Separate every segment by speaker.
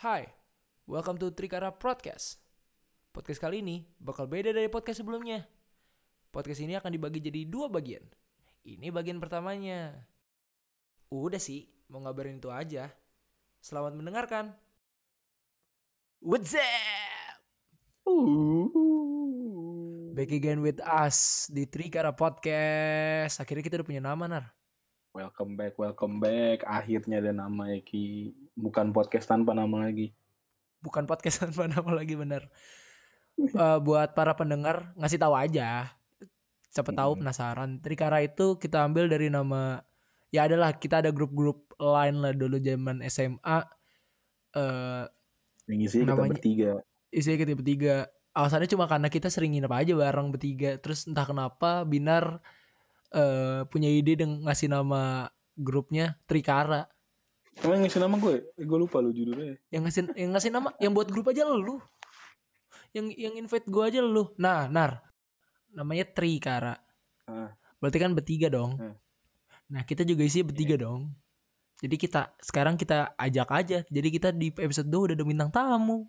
Speaker 1: Hai, welcome to Trikara Podcast. Podcast kali ini bakal beda dari podcast sebelumnya. Podcast ini akan dibagi jadi dua bagian. Ini bagian pertamanya. Udah sih, mau ngabarin itu aja. Selamat mendengarkan. What's up? Uh. Back again with us di Trikara Podcast. Akhirnya kita udah punya nama, Nar.
Speaker 2: Welcome back, welcome back. Akhirnya ada nama Eki. Bukan podcast tanpa nama lagi.
Speaker 1: Bukan podcast tanpa nama lagi bener. Eh, buat para pendengar ngasih tahu aja. Siapa tahu
Speaker 2: Mm-mm.
Speaker 1: penasaran. Trikara itu kita ambil dari nama ya adalah kita ada grup-grup lain lah dulu zaman SMA. Eh
Speaker 2: Yang isinya kita
Speaker 1: Namanya-
Speaker 2: bertiga.
Speaker 1: isinya kita bertiga. Alasannya cuma karena kita sering nginep aja bareng bertiga. Terus entah kenapa Binar eh punya ide dengan ngasih nama grupnya Trikara.
Speaker 2: Emang yang ngisi nama gue? Eh, gue lupa lu judulnya.
Speaker 1: yang ngasih yang ngasih nama yang buat grup aja lu yang yang invite gua aja lu nah nar namanya tri kara
Speaker 2: Ah.
Speaker 1: berarti kan bertiga dong
Speaker 2: Hmm.
Speaker 1: nah kita juga isi bertiga
Speaker 2: Iya.
Speaker 1: dong jadi kita sekarang kita ajak aja jadi kita di episode 2 udah ada bintang tamu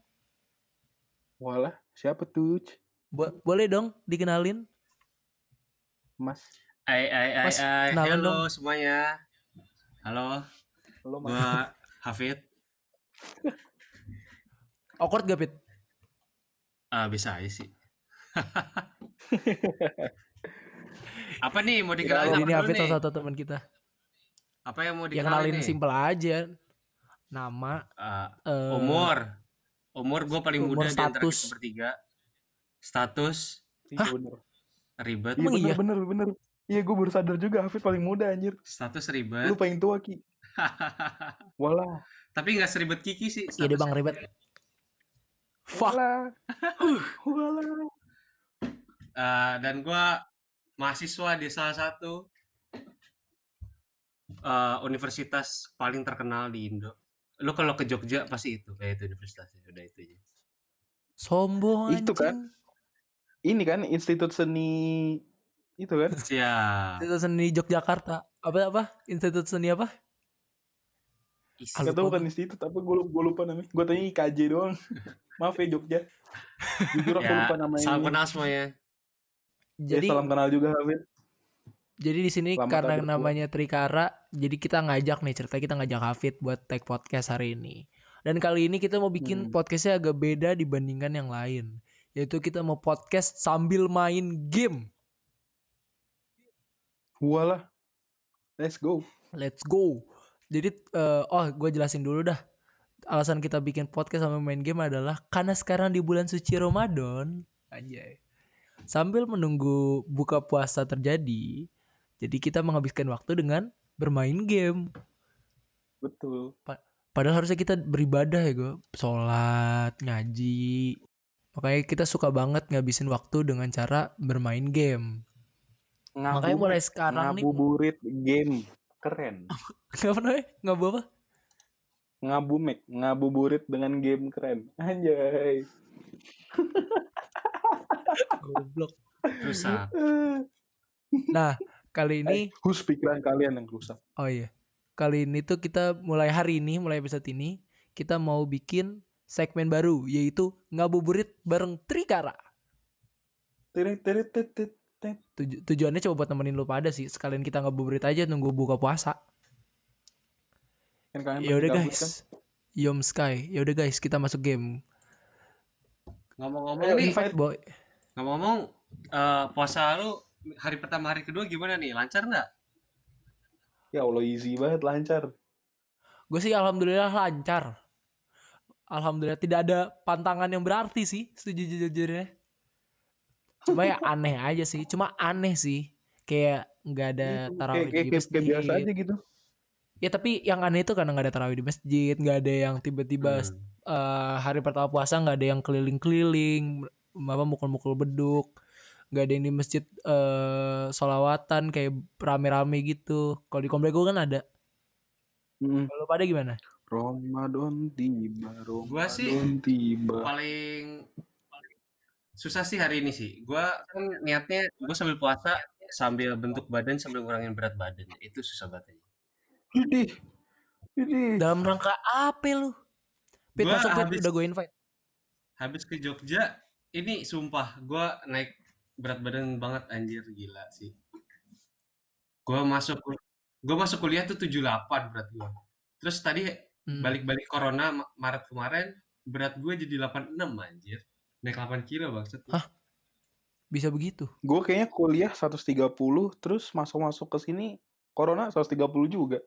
Speaker 2: Walah, siapa tuh? Ci?
Speaker 1: Bo- boleh dong dikenalin
Speaker 2: Mas,
Speaker 3: Hai hai hai
Speaker 1: Mas,
Speaker 3: hai.
Speaker 1: kenalan
Speaker 3: Halo semuanya. Halo,
Speaker 2: lo mas.
Speaker 3: gua Hafid.
Speaker 1: awkward gak Pit?
Speaker 3: Ah, bisa aja sih. apa nih mau
Speaker 1: jadi ini
Speaker 3: dikenalin apa dulu
Speaker 1: Hafid
Speaker 3: Nah, nih?
Speaker 1: salah satu teman kita
Speaker 3: Apa yang mau
Speaker 1: yang
Speaker 3: dikenalin
Speaker 1: kenalin
Speaker 3: nih?
Speaker 1: simple aja nama
Speaker 3: Ah,
Speaker 1: eh,
Speaker 3: umur. Umur gua paling
Speaker 1: umur,
Speaker 3: muda di antara
Speaker 1: status.
Speaker 3: kita bertiga. Status
Speaker 2: Iya bener.
Speaker 3: ribet,
Speaker 2: Iya
Speaker 1: Emang
Speaker 2: bener,
Speaker 1: iya?
Speaker 2: bener, bener. Iya gue baru sadar juga Hafid paling muda anjir.
Speaker 3: status
Speaker 2: Lu
Speaker 3: ribet.
Speaker 2: paling tua Ki. Walah,
Speaker 3: Tapi nggak seribet Kiki sih.
Speaker 1: iya deh
Speaker 3: status.
Speaker 1: bang ribet fuck
Speaker 2: walah. walah.
Speaker 3: Eh, dan gua mahasiswa di salah satu eh, universitas paling terkenal di Indo. Lu kalau ke Jogja pasti itu kayak itu universitasnya udah itu aja.
Speaker 1: sombong
Speaker 2: Itu kan.
Speaker 1: anjing.
Speaker 2: Ini kan Institut Seni itu kan?
Speaker 3: Siap.
Speaker 1: Institut Seni Yogyakarta. Apa apa? Institut Seni apa?
Speaker 3: Is-
Speaker 1: Halo.
Speaker 2: Gak tau bukan institut apa gue lupa, gua lupa namanya. Gue tanya IKJ doang. Maaf ya Jogja. Jujur aku
Speaker 3: Ya,
Speaker 2: lupa namanya.
Speaker 3: salam kenal semuanya.
Speaker 2: Ya,
Speaker 1: Jadi
Speaker 2: salam kenal juga Hafid.
Speaker 1: jadi di sini
Speaker 2: Selamat
Speaker 1: karena
Speaker 2: hadir gua.
Speaker 1: namanya Trikara, jadi kita ngajak nih cerita kita ngajak Hafid buat take podcast hari ini. Dan kali ini kita mau bikin
Speaker 2: Hmm.
Speaker 1: podcastnya agak beda dibandingkan yang lain. Yaitu kita mau podcast sambil main game.
Speaker 2: Walah. Let's go.
Speaker 1: Let's go. Jadi eh, oh gue jelasin dulu dah. Alasan kita bikin podcast sambil main game adalah karena sekarang di bulan suci Ramadan. Anjay. Sambil menunggu buka puasa terjadi, jadi kita menghabiskan waktu dengan bermain game.
Speaker 2: Betul.
Speaker 1: Padahal harusnya kita beribadah ya gue, sholat, ngaji. Makanya kita suka banget ngabisin waktu dengan cara bermain game. Makanya Nah, mulai sekarang nih
Speaker 2: ngabuburit game. Keren.
Speaker 1: nggak pernah ya? nggak apa apa?
Speaker 2: Ngabumek, ngabuburit dengan game keren. Anjay.
Speaker 1: Goblok.
Speaker 3: Rusak.
Speaker 2: Eh,
Speaker 1: Nah kali ini
Speaker 2: Hus Eh, pikiran kalian yang rusak.
Speaker 1: Oh iya. Kali ini tuh kita mulai hari ini, mulai episode ini, kita mau bikin segmen baru yaitu ngabuburit bareng Trikara.
Speaker 2: Tirit tirit tit tit.
Speaker 1: Tuju- tujuannya coba buat nemenin lu pada sih. Sekalian kita ngabuburit aja nunggu buka puasa.
Speaker 2: Kan kalian
Speaker 1: Ya udah
Speaker 2: pasti gabut kan?
Speaker 1: guys. Yom Sky. Ya udah guys, kita masuk game.
Speaker 3: Ngomong-ngomong
Speaker 2: Ayo,
Speaker 3: nih,
Speaker 2: invite.
Speaker 1: Boy,
Speaker 3: ngomong-ngomong eh, puasa lu hari pertama hari kedua gimana nih? Lancar nggak?
Speaker 2: Ya Allah easy banget lancar.
Speaker 1: gue sih alhamdulillah lancar. Alhamdulillah tidak ada pantangan yang berarti sih, sejujurnya. Cuma ya aneh aja sih, cuma aneh sih. Kayak nggak ada
Speaker 2: Gitu.
Speaker 1: tarawih
Speaker 2: kayak,
Speaker 1: Ya, di
Speaker 2: kayak, kayak biasa
Speaker 1: masjid.
Speaker 2: aja gitu.
Speaker 1: Ya tapi yang aneh itu karena nggak ada tarawih di masjid, nggak ada yang tiba-tiba
Speaker 3: Hmm.
Speaker 1: eh, hari pertama puasa nggak ada yang keliling-keliling, apa mukul-mukul beduk, nggak ada yang di masjid eh solawatan kayak rame-rame gitu. Kalau di komplek gue kan ada.
Speaker 2: Mm.
Speaker 1: Kalau pada gimana?
Speaker 2: Ramadan tiba, Ramadan
Speaker 3: Gua sih
Speaker 2: tiba.
Speaker 3: paling paling susah sih hari ini sih. Gua kan niatnya gua sambil puasa sambil bentuk badan sambil ngurangin berat badan. Itu susah banget. aja.
Speaker 2: Ini. Ini.
Speaker 1: Dalam rangka apa lu? Pit
Speaker 3: Gua
Speaker 1: masuk Pit,
Speaker 3: habis-
Speaker 1: udah gue invite.
Speaker 3: Habis ke Jogja, ini sumpah gua naik berat badan banget anjir gila sih. Gua masuk gua masuk kuliah tuh 78 berat gua. Terus tadi
Speaker 1: Hmm.
Speaker 3: balik-balik corona Ma- Maret kemarin berat gue jadi 86 anjir. Naik 8 kilo maksud
Speaker 1: Hah? Bisa begitu.
Speaker 2: Gue kayaknya kuliah 130 terus masuk-masuk ke sini corona 130 juga.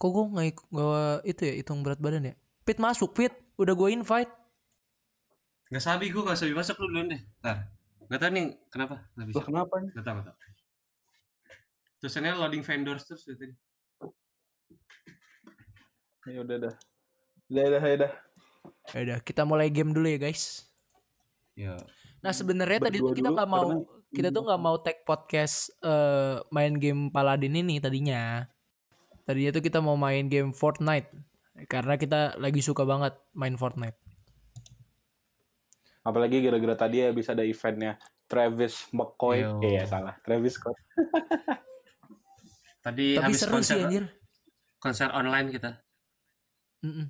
Speaker 1: Kok gue nggak ik- nggak itu ya hitung berat badan ya? Pit masuk Pit, udah gue invite.
Speaker 3: Gak sabi gue gak sabi masuk lu duluan deh. Ntar. Gak tau nih kenapa gak
Speaker 1: Oh.
Speaker 3: bisa.
Speaker 2: Lah kenapa nih?
Speaker 3: Gak tau gak tau. Tulisannya loading vendors terus dari tadi.
Speaker 2: Ya udah dah. Udah dah, ya dah.
Speaker 1: Ya udah, kita mulai game dulu ya guys.
Speaker 3: Ya.
Speaker 1: Nah sebenarnya tadi tuh
Speaker 2: Berdua
Speaker 1: kita
Speaker 2: dulu,
Speaker 1: nggak mau
Speaker 2: karena-
Speaker 1: kita tuh nggak mau tag podcast eh, main game Paladin ini tadinya. Tadinya tuh kita mau main game Fortnite karena kita lagi suka banget main Fortnite.
Speaker 2: Apalagi gara-gara tadi ya bisa ada eventnya Travis McCoy.
Speaker 3: Yo.
Speaker 2: Iya salah. Travis Scott.
Speaker 1: Tapi
Speaker 3: Tadi Iya, habis
Speaker 1: seru
Speaker 3: konser
Speaker 1: sih anjir.
Speaker 3: konser online kita.
Speaker 1: Mm-mm.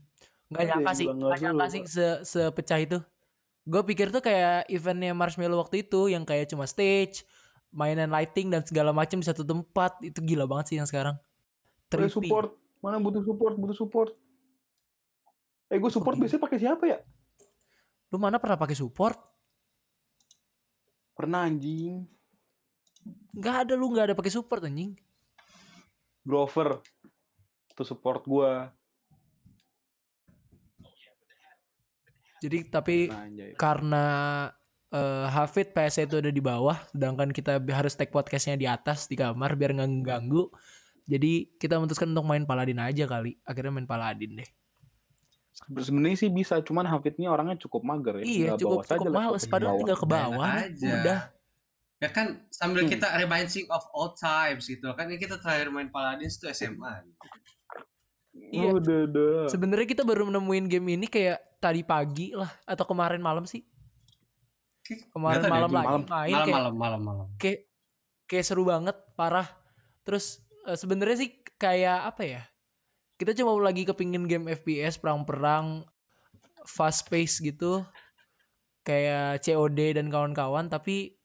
Speaker 1: Nggak
Speaker 2: Ada
Speaker 1: nyangka
Speaker 2: yang
Speaker 1: sih,
Speaker 2: bilang
Speaker 1: nggak
Speaker 2: nggak
Speaker 1: nyangka
Speaker 2: seru,
Speaker 1: sih se- sepecah itu. Gue pikir tuh kayak eventnya Marshmallow waktu itu yang kayak cuma stage, mainan lighting dan segala macam di satu tempat itu gila banget sih yang sekarang.
Speaker 2: Udah
Speaker 1: Tripping.
Speaker 2: support. Mana butuh support, butuh support. Eh gue support
Speaker 1: Oh,
Speaker 2: biasanya pakai siapa ya?
Speaker 1: Lu mana pernah pakai support?
Speaker 2: Pernah anjing.
Speaker 1: Nggak ada lu nggak ada pakai support anjing.
Speaker 2: Grover. Itu support gue.
Speaker 1: Jadi tapi
Speaker 2: Nah, anjay.
Speaker 1: karena eh, Hafid PS itu ada di bawah, sedangkan kita bi- harus take podcastnya di atas di kamar biar nggak ganggu. Jadi kita memutuskan untuk main Paladin aja kali. Akhirnya main Paladin deh.
Speaker 2: Sebenarnya sih bisa, cuman Hafidnya orangnya cukup mager ya.
Speaker 1: iya
Speaker 2: Tinggal
Speaker 1: cukup
Speaker 2: bawa saja
Speaker 1: cukup
Speaker 2: lah,
Speaker 1: males.
Speaker 2: ke
Speaker 1: Padahal
Speaker 2: bawah.
Speaker 1: tinggal ke bawah.
Speaker 3: Enak
Speaker 1: nih,
Speaker 3: aja.
Speaker 1: Udah.
Speaker 3: Ya kan sambil
Speaker 2: Hmm.
Speaker 3: kita reminding of old times gitu. Kan ini kita terakhir main Paladins tuh SMA.
Speaker 1: Iya.
Speaker 2: Udah, udah.
Speaker 1: Sebenarnya kita baru nemuin game ini kayak tadi pagi lah atau kemarin malam sih. Kemarin
Speaker 3: Nggak tahu deh,
Speaker 1: malam
Speaker 3: gua
Speaker 1: lagi
Speaker 2: malam-
Speaker 1: main
Speaker 3: Malam
Speaker 1: kayak
Speaker 3: malam malam malam.
Speaker 1: kayak kayak seru banget parah terus eh, sebenarnya sih kayak apa ya kita cuma lagi kepingin game FPS perang-perang fast pace gitu kayak COD dan kawan-kawan tapi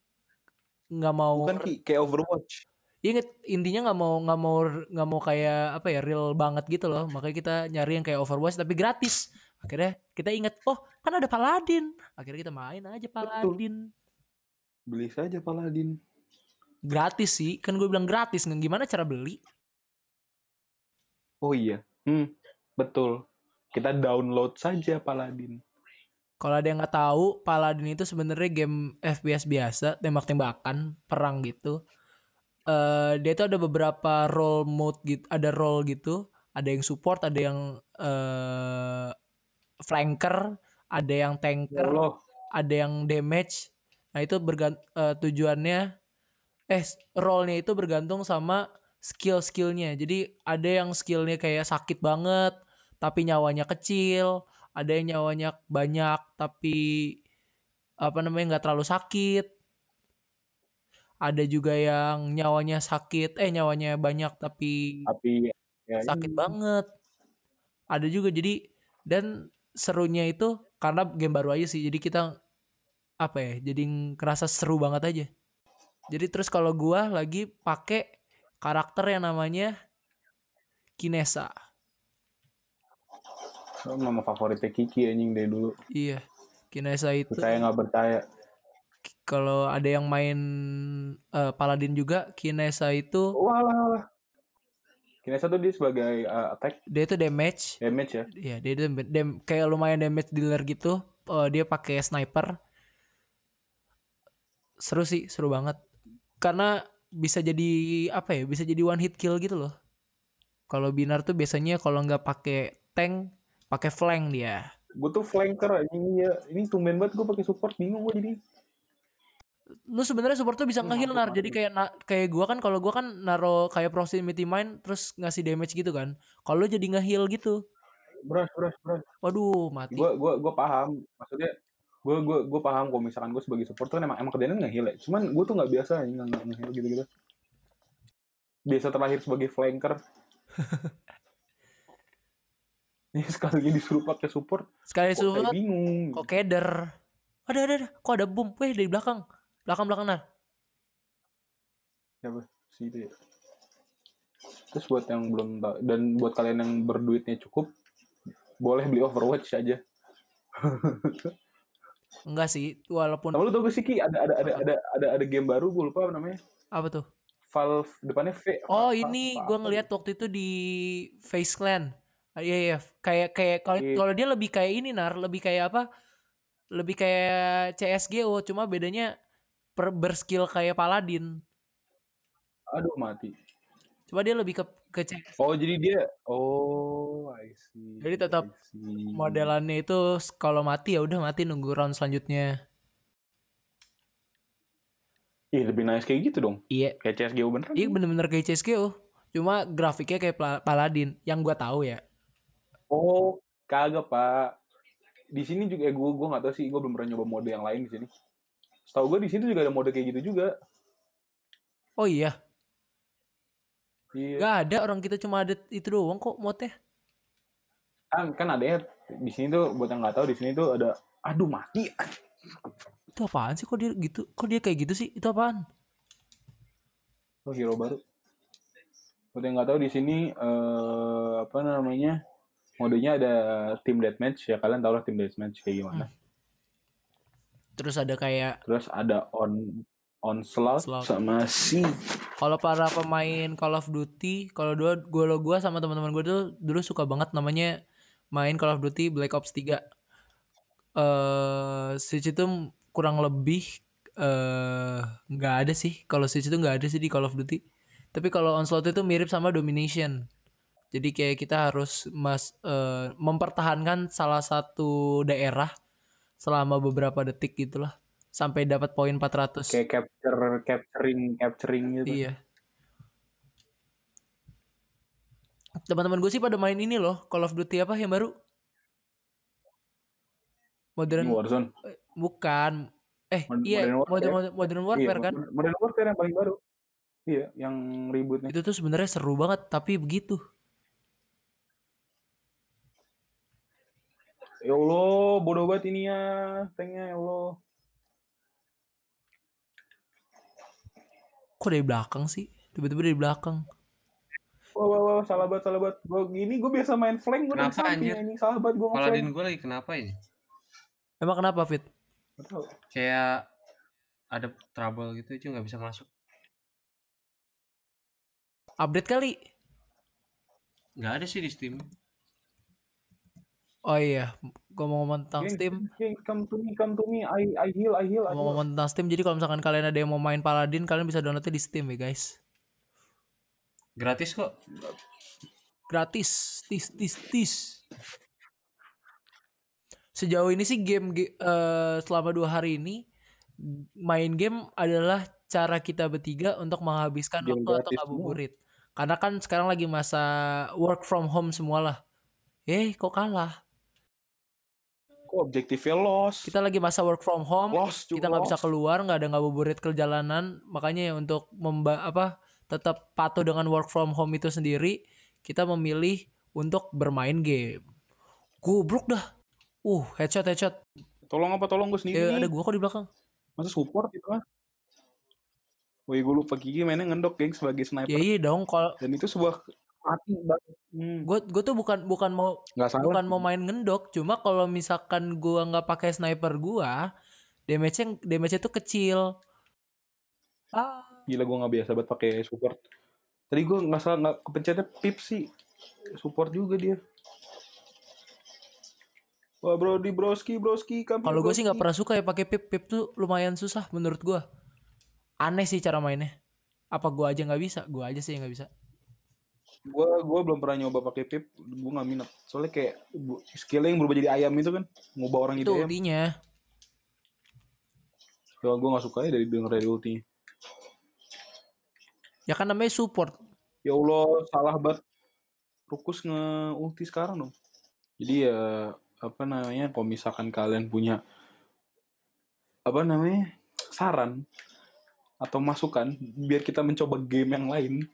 Speaker 1: nggak mau
Speaker 2: Bukan Ki, Kan kayak Overwatch.
Speaker 1: inget intinya nggak mau nggak mau nggak mau kayak apa ya real banget gitu loh makanya kita nyari yang kayak Overwatch tapi gratis akhirnya kita inget oh kan ada Paladin akhirnya kita main aja Paladin
Speaker 2: Beli saja Paladin.
Speaker 1: gratis sih kan gue bilang gratis gimana cara beli
Speaker 2: Oh iya. Hmm, betul. Kita download saja Paladin.
Speaker 1: Kalau ada yang nggak tahu, Paladin itu sebenarnya game FPS biasa, tembak-tembakan, perang gitu. eh dia itu ada beberapa role mode gitu, ada role gitu, ada yang support, ada yang eh flanker, ada yang
Speaker 2: Ya
Speaker 1: tanker,
Speaker 2: Allah,
Speaker 1: ada yang damage. Nah itu bergan- eh, tujuannya eh s- role-nya itu bergantung sama skill-skillnya. Jadi ada yang skillnya kayak sakit banget tapi nyawanya kecil, ada yang nyawanya banyak tapi apa namanya nggak terlalu sakit. Ada juga yang nyawanya sakit, eh nyawanya banyak tapi
Speaker 2: tapi ya
Speaker 1: sakit
Speaker 2: ini.
Speaker 1: banget. Iya. Ada juga jadi dan serunya itu karena game baru aja sih. Jadi kita apa ya? Jadi kerasa seru banget aja. Jadi terus kalau gua lagi pakai karakter yang namanya Kinesa.
Speaker 2: Oh, Nama favoritnya Kiki anjing dari dulu.
Speaker 1: Iya. Kinesa itu
Speaker 2: Percaya nggak percaya?
Speaker 1: kalau ada yang main eh, Paladin juga Kinesa itu
Speaker 2: Wah lah lah. Kinesa tuh dia sebagai uh, attack
Speaker 1: dia itu damage
Speaker 2: damage ya.
Speaker 1: Iya, dia dem, dem- kayak lumayan damage dealer gitu. Eh, dia pakai sniper. Seru sih, seru banget. Karena bisa jadi apa ya? Bisa jadi one hit kill gitu loh. Kalau binar tuh biasanya kalau nggak pakai tank, pakai flank dia.
Speaker 2: Gue tuh flanker anjing ya. Ini tumben banget gue pakai support bingung gue jadi.
Speaker 1: Lu sebenarnya support tuh bisa
Speaker 2: Lu
Speaker 1: ngeheal nar.
Speaker 2: mantep,
Speaker 1: Jadi
Speaker 2: mantep.
Speaker 1: kayak na- kayak gua kan kalau gua kan naro kayak proximity mine terus ngasih damage gitu kan. Kalau lu jadi ngeheal gitu.
Speaker 2: Beras beras beras.
Speaker 1: Waduh, mati.
Speaker 2: Gue gue gue paham. Maksudnya gue gue gue paham kalau misalkan gue sebagai support tuh kan emang emang kerjaan nggak ya. Cuman gue tuh nggak biasa anjing nggak nggak gitu gitu. Biasa terlahir sebagai flanker. Ini Iya, sekali lagi disuruh pakai support,
Speaker 1: Sekali
Speaker 2: kok
Speaker 1: disuruh
Speaker 2: kayak bingung.
Speaker 1: kok keder. Ada ada ada. Kok ada bom? Weh dari belakang. Belakang belakang nar.
Speaker 2: Terus gitu ya. Terus buat yang belum tahu dan buat kalian yang berduitnya cukup, boleh beli Overwatch aja.
Speaker 1: Enggak sih. Walaupun
Speaker 2: Sama lu tau gak sih Ki ada ada ada ada ada, ada game baru gue lupa apa namanya.
Speaker 1: apa tuh?
Speaker 2: Valve depannya V.
Speaker 1: Oh
Speaker 2: apa-
Speaker 1: ini
Speaker 2: apa-
Speaker 1: gue
Speaker 2: apa
Speaker 1: ngeliat waktu itu di Face Clan. Ah, Iya iya kayak kayak kalau
Speaker 2: Iya.
Speaker 1: kalau dia lebih kayak ini nar lebih kayak apa? Lebih kayak CS:GO cuma bedanya per, berskill kayak Paladin.
Speaker 2: gitu. Aduh mati.
Speaker 1: Cuma dia lebih ke ke C-
Speaker 2: Oh jadi dia oh I see.
Speaker 1: Jadi tetap
Speaker 2: I see.
Speaker 1: modelannya itu s- kalau mati ya udah mati nunggu round selanjutnya.
Speaker 2: Ih lebih nice kayak gitu dong.
Speaker 1: Iya.
Speaker 2: Kayak CSGO beneran.
Speaker 1: Iya bener-bener kayak CS:GO. Cuma grafiknya kayak pla- Paladin yang gua tahu ya.
Speaker 2: Oh, kagak pak. Di sini juga eh, gue gue nggak tahu sih, gue belum pernah nyoba mode yang lain di sini. Setahu gue di sini juga ada mode kayak gitu juga.
Speaker 1: Oh iya,
Speaker 2: Iya.
Speaker 1: gak ada orang kita cuma ada itu doang kok modnya.
Speaker 2: Kan kan ada ya di sini tuh buat yang nggak tahu di sini tuh ada aduh mati.
Speaker 1: Itu apaan sih kok dia gitu? Kok dia kayak gitu sih? Itu apaan?
Speaker 2: Oh, hero baru. Buat yang nggak tahu di sini eh, apa namanya? Modenya ada tim deathmatch ya kalian tahu lah tim deathmatch kayak gimana.
Speaker 1: Terus ada kayak
Speaker 2: Terus ada on onslaught
Speaker 1: Onslaught.
Speaker 2: sama si
Speaker 1: kalau para pemain Call of Duty, kalau dua gue lo gue sama teman-teman gue tuh dulu suka banget namanya main Call of Duty Black Ops 3. Eh Switch itu kurang lebih eh nggak ada sih. Kalau Switch itu nggak ada sih di Call of Duty. Tapi kalau Onslaught itu mirip sama Domination. Jadi kayak kita harus mas eh, mempertahankan salah satu daerah selama beberapa detik gitulah sampai dapat poin 400.
Speaker 2: kayak capture capturing capturing gitu.
Speaker 1: Iya. Teman-teman gue sih pada main ini loh, Call of Duty apa yang baru? Modern
Speaker 2: Warzone.
Speaker 1: bukan. Eh,
Speaker 2: Modern-
Speaker 1: iya,
Speaker 2: Modern Warfare.
Speaker 1: Modern, Modern, Modern Warfare
Speaker 2: iya,
Speaker 1: kan.
Speaker 2: Modern- Modern Warfare yang paling baru. Iya, yang ributnya.
Speaker 1: Itu tuh sebenarnya seru banget, tapi begitu.
Speaker 2: Ya Allah, bodoh banget ini ya. Tanknya ya Allah.
Speaker 1: Kok dari belakang sih? Tiba-tiba dari belakang.
Speaker 2: Wah, wah, wah, salah banget, salah banget. Gua gini, gue biasa main flank, gue dari
Speaker 3: Kenapa,
Speaker 2: samping
Speaker 3: anjir?
Speaker 2: anjing. Salah banget gue nge-flank.
Speaker 3: Paladin gue lagi kenapa ini?
Speaker 1: Emang kenapa, Fit?
Speaker 2: Nggak tahu.
Speaker 3: Kayak ada trouble gitu aja nggak bisa masuk.
Speaker 1: Update kali?
Speaker 3: Nggak ada sih di Steam.
Speaker 1: Oh iya, ngomong-ngomong tentang
Speaker 2: Geng,
Speaker 1: Steam.
Speaker 2: geng, come to me, come to me. I, I heal, I heal. I heal.
Speaker 1: Ngomong-ngomong tentang Steam, jadi kalau misalkan kalian ada yang mau main Paladin, kalian bisa downloadnya di Steam ya, guys.
Speaker 3: Gratis kok.
Speaker 1: gratis tis tis tis sejauh ini sih game ge- eh, selama dua hari ini main game adalah cara kita bertiga untuk menghabiskan
Speaker 2: Game
Speaker 1: waktu atau
Speaker 2: gratis
Speaker 1: ngabuburit karena kan sekarang lagi masa work from home semualah eh kok kalah
Speaker 2: Kok objektifnya lost?
Speaker 1: kita lagi masa work from home
Speaker 2: lost, cuy,
Speaker 1: kita nggak bisa
Speaker 2: lost.
Speaker 1: keluar nggak ada ngabuburit ke jalanan makanya ya untuk memba apa tetap patuh dengan work from home itu sendiri kita memilih untuk bermain game goblok dah uh headshot headshot
Speaker 2: Tolong apa, tolong gue sendiri.
Speaker 1: eh, ada gua kok di belakang
Speaker 2: Masa support gitu kan? Woi, gue lupa Gigi mainnya ngendok, geng, sebagai
Speaker 1: ya
Speaker 2: sniper.
Speaker 1: iya dong kalau
Speaker 2: Dan itu sebuah mati banget. Hmm.
Speaker 1: gue gue tuh bukan bukan mau
Speaker 2: Nggak salah.
Speaker 1: bukan mau main ngendok cuma kalau misalkan gua nggak pakai sniper gua damage-nya damage-nya tuh kecil ah
Speaker 2: Gila gue nggak biasa banget pakai support. Tadi gue nggak salah nggak kepencetnya pip sih. Support juga dia. Wah bro di broski broski kampir,
Speaker 1: Kalau gue sih nggak
Speaker 2: broski.
Speaker 1: pernah suka ya pakai pip pip tuh lumayan susah menurut gue. Aneh sih cara mainnya. Apa gue aja nggak bisa? Gue aja sih yang nggak bisa.
Speaker 2: Gua gua belum pernah nyoba pakai pip. Gue nggak minat. Soalnya kayak bu- skillnya yang berubah jadi ayam itu kan ngubah orang
Speaker 1: Itu
Speaker 2: jadi ayam.
Speaker 1: ultinya.
Speaker 2: Kalau gue nggak suka ya dari denger dari ultinya.
Speaker 1: Ya kan namanya support.
Speaker 2: Ya Allah salah banget. Rukus nge ulti sekarang dong. Jadi ya apa namanya kalau misalkan kalian punya apa namanya saran atau masukan biar kita mencoba game yang lain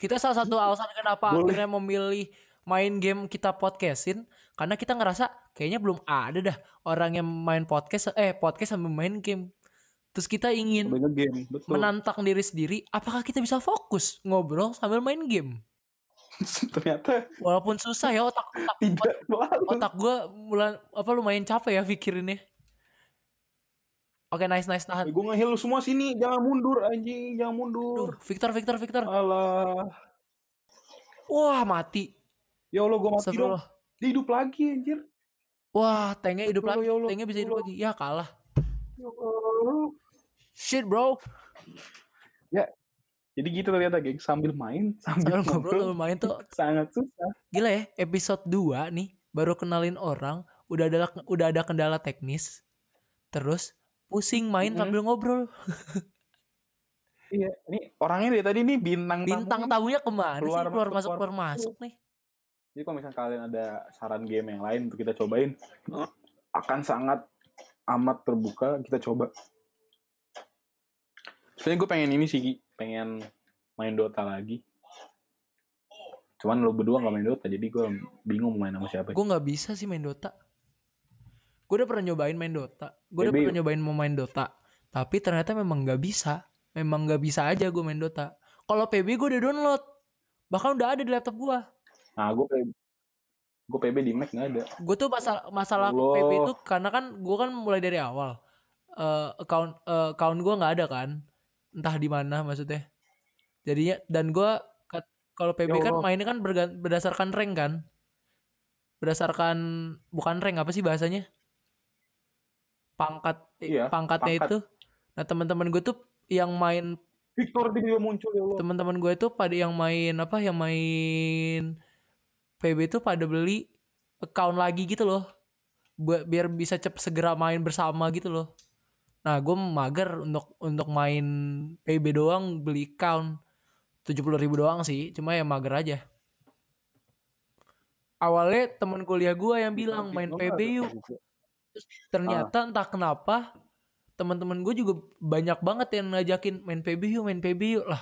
Speaker 1: Kita salah satu alasan kenapa
Speaker 2: Boleh.
Speaker 1: akhirnya memilih main game kita podcastin karena kita ngerasa kayaknya belum ada dah orang yang main podcast eh podcast sambil main game. Terus kita ingin
Speaker 2: Sambil ngegame, betul.
Speaker 1: menantang diri sendiri apakah kita bisa fokus ngobrol sambil main game.
Speaker 2: Ternyata
Speaker 1: Walaupun susah ya otak otak
Speaker 2: tidak selalu.
Speaker 1: otak gue mulai apa lumayan capek ya pikirinnya. Oke nice nice tahan.
Speaker 2: Gue ngehil Eh, lu semua sini, jangan mundur anjing, jangan mundur.
Speaker 1: Duh, Victor Victor Victor.
Speaker 2: Alah.
Speaker 1: Wah mati.
Speaker 2: Ya Allah gue mati dong.
Speaker 1: Astagfirullah.
Speaker 2: Dia hidup lagi anjir.
Speaker 1: Wah, tanknya hidup
Speaker 2: Astagfirullah,
Speaker 1: lagi.
Speaker 2: ya Allah,
Speaker 1: Tanknya bisa hidup lagi. Ya kalah.
Speaker 2: Ya Allah.
Speaker 1: Shit, bro.
Speaker 2: Jadi gitu ternyata geng sambil main,
Speaker 1: Sambil
Speaker 2: sambil
Speaker 1: ngobrol
Speaker 2: ngobrol,
Speaker 1: sambil main tuh
Speaker 2: sangat susah.
Speaker 1: gila ya. Episode 2 nih baru kenalin orang, udah ada udah ada kendala teknis. Terus pusing main
Speaker 2: Mm-mm.
Speaker 1: sambil ngobrol.
Speaker 2: Iya, ini orangnya dari tadi nih bintang tamu
Speaker 1: Bintang
Speaker 2: nih.
Speaker 1: tamunya kemana
Speaker 2: Keluar
Speaker 1: sih? Keluar
Speaker 2: masuk,
Speaker 1: masuk
Speaker 2: keluar
Speaker 1: keluar masuk nih.
Speaker 2: Jadi kalau misalnya kalian ada saran game yang lain untuk kita cobain, akan sangat amat terbuka kita coba. Sebenarnya gue pengen ini sih, Gi. pengen main Dota lagi. Cuman lo berdua gak main Dota, jadi gue bingung mau main sama siapa.
Speaker 1: Gue nggak bisa sih main Dota. Gue udah pernah nyobain main Dota. Gue udah
Speaker 2: Maybe-
Speaker 1: pernah nyobain mau main Dota. Tapi ternyata memang nggak bisa. Memang nggak bisa aja gue main Dota. Kalau PB gue udah download. Bahkan udah ada di laptop gue.
Speaker 2: Nah, gue gue PB di Mac nggak ada.
Speaker 1: gue tuh masalah masalah
Speaker 2: Allah.
Speaker 1: PP itu karena kan gue kan mulai dari awal Eh account eh, account gue nggak ada kan entah di mana maksudnya jadinya dan gue kalau PB
Speaker 2: Ya
Speaker 1: kan
Speaker 2: Allah.
Speaker 1: mainnya kan bergan- berdasarkan rank kan berdasarkan bukan rank apa sih bahasanya pangkat eh,
Speaker 2: Iya,
Speaker 1: pangkatnya
Speaker 2: pangkat.
Speaker 1: itu nah teman-teman gue tuh yang main
Speaker 2: Victor tiba-tiba muncul ya Allah.
Speaker 1: teman-teman gue tuh pada yang main apa yang main PB tuh pada beli account lagi gitu loh buat biar bisa cep segera main bersama gitu loh nah gue mager untuk untuk main PB doang beli account tujuh ribu doang sih cuma ya mager aja awalnya teman kuliah gue yang bilang main
Speaker 2: Victor
Speaker 1: PB
Speaker 2: ada.
Speaker 1: yuk ternyata entah kenapa teman-teman gue juga banyak banget yang ngajakin main PB yuk main PB yuk lah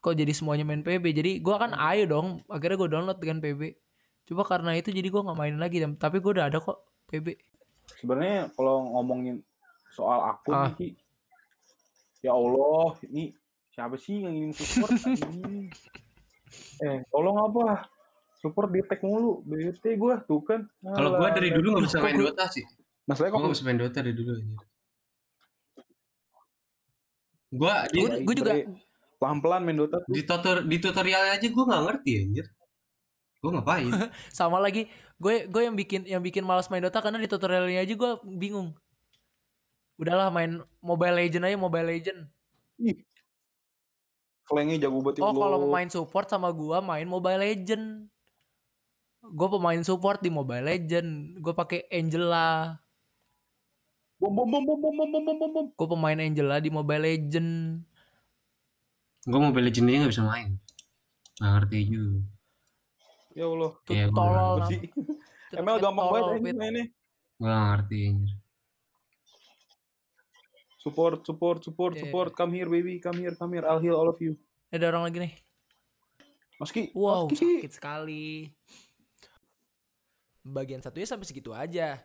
Speaker 1: kok jadi semuanya main PB jadi gue kan ayo dong akhirnya gue download kan dengan PB coba karena itu jadi gue nggak main lagi dan- tapi gue udah ada kok PB
Speaker 2: sebenarnya kalau ngomongin soal akun
Speaker 1: Ah.
Speaker 2: nih, Ki, ya Allah ini siapa sih yang ingin support anjing? eh tolong apa support di tag mulu bete gue tuh kan
Speaker 3: Kalau gue
Speaker 2: Alah,
Speaker 3: dari dulu nggak bisa
Speaker 1: Kok
Speaker 3: main
Speaker 1: gua-
Speaker 3: Dota sih.
Speaker 2: masalahnya
Speaker 3: Gue
Speaker 2: kok
Speaker 3: nggak bisa main Dota dari dulu. Gue di,
Speaker 1: gue gue juga
Speaker 2: pelan pelan main Dota tuh
Speaker 3: di, tutor, di tutorialnya aja gue nggak ngerti anjir. Gue ngapain?
Speaker 1: sama lagi gue gue yang bikin yang bikin malas main Dota karena di tutorialnya aja gue bingung udahlah main Mobile Legend aja Mobile Legend
Speaker 2: flanknya jago banget ya
Speaker 1: Oh
Speaker 2: Allah.
Speaker 1: kalau mau main support sama gua main Mobile Legend. Gua pemain support di Mobile Legend. Gua pakai Angela.
Speaker 2: bom bom bom bom bom bom bom bom bom bom
Speaker 1: Gua pemain Angela di Mobile Legend.
Speaker 3: gue Mobile Legends aja nggak bisa main. Nggak ngerti juga.
Speaker 2: ya Allah
Speaker 1: Tuh
Speaker 3: Iya, gua
Speaker 1: tolol.
Speaker 3: ngerti.
Speaker 1: nam- tuh
Speaker 2: ML
Speaker 1: namanya
Speaker 2: gampang
Speaker 1: tolol,
Speaker 2: banget
Speaker 1: Pit.
Speaker 2: anjing mainnya
Speaker 3: Gue nggak ngerti anjir.
Speaker 2: support support support
Speaker 1: Iya.
Speaker 2: support come here baby come here come here I'll heal all of you
Speaker 1: Ada orang lagi nih.
Speaker 2: Maski
Speaker 1: Wow,
Speaker 2: Maski
Speaker 1: sakit sekali. Bagian satunya sampai segitu aja.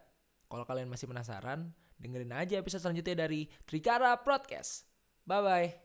Speaker 1: Kalau kalian masih penasaran, dengerin aja episode selanjutnya dari Trikara Podcast. Bye-bye.